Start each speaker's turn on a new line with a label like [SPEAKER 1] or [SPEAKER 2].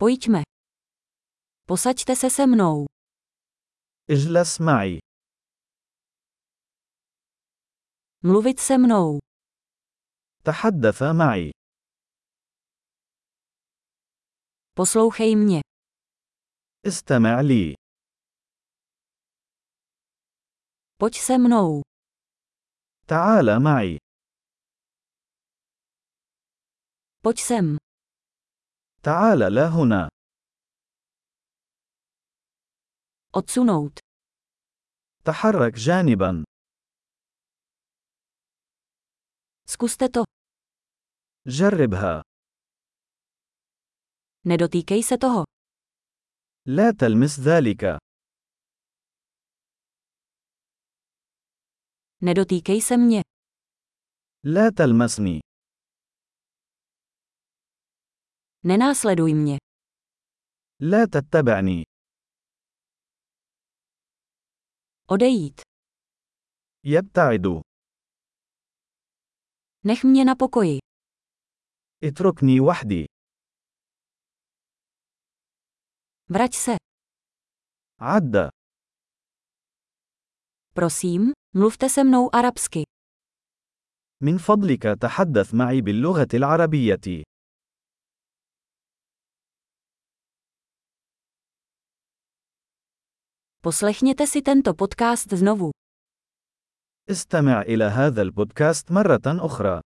[SPEAKER 1] Pojďme. Posaďte se se mnou.
[SPEAKER 2] اجلس معي.
[SPEAKER 1] Mluvit se mnou.
[SPEAKER 2] تحدث معي.
[SPEAKER 1] Poslouchej mě.
[SPEAKER 2] استمع لي.
[SPEAKER 1] Pojď se mnou.
[SPEAKER 2] تعال معي.
[SPEAKER 1] Pojď sem.
[SPEAKER 2] تعال لا هنا.
[SPEAKER 1] Odsunout.
[SPEAKER 2] تحرك جانبا.
[SPEAKER 1] Zkuste to.
[SPEAKER 2] جربها.
[SPEAKER 1] Nedotýkej se toho.
[SPEAKER 2] لا تلمس ذلك.
[SPEAKER 1] Nedotýkej se mě.
[SPEAKER 2] لا تلمسني.
[SPEAKER 1] Nenásleduj mě.
[SPEAKER 2] لا تتبعني.
[SPEAKER 1] Odejít.
[SPEAKER 2] يبتعد.
[SPEAKER 1] Nech mě na pokoji.
[SPEAKER 2] اتركني وحدي.
[SPEAKER 1] Vrať se.
[SPEAKER 2] عد.
[SPEAKER 1] Prosím, mluvte se mnou arabsky.
[SPEAKER 2] من فضلك تحدث معي باللغة العربية.
[SPEAKER 1] Poslechněte si tento podcast znovu.
[SPEAKER 2] استمع إلى هذا البودكاست مرة أخرى.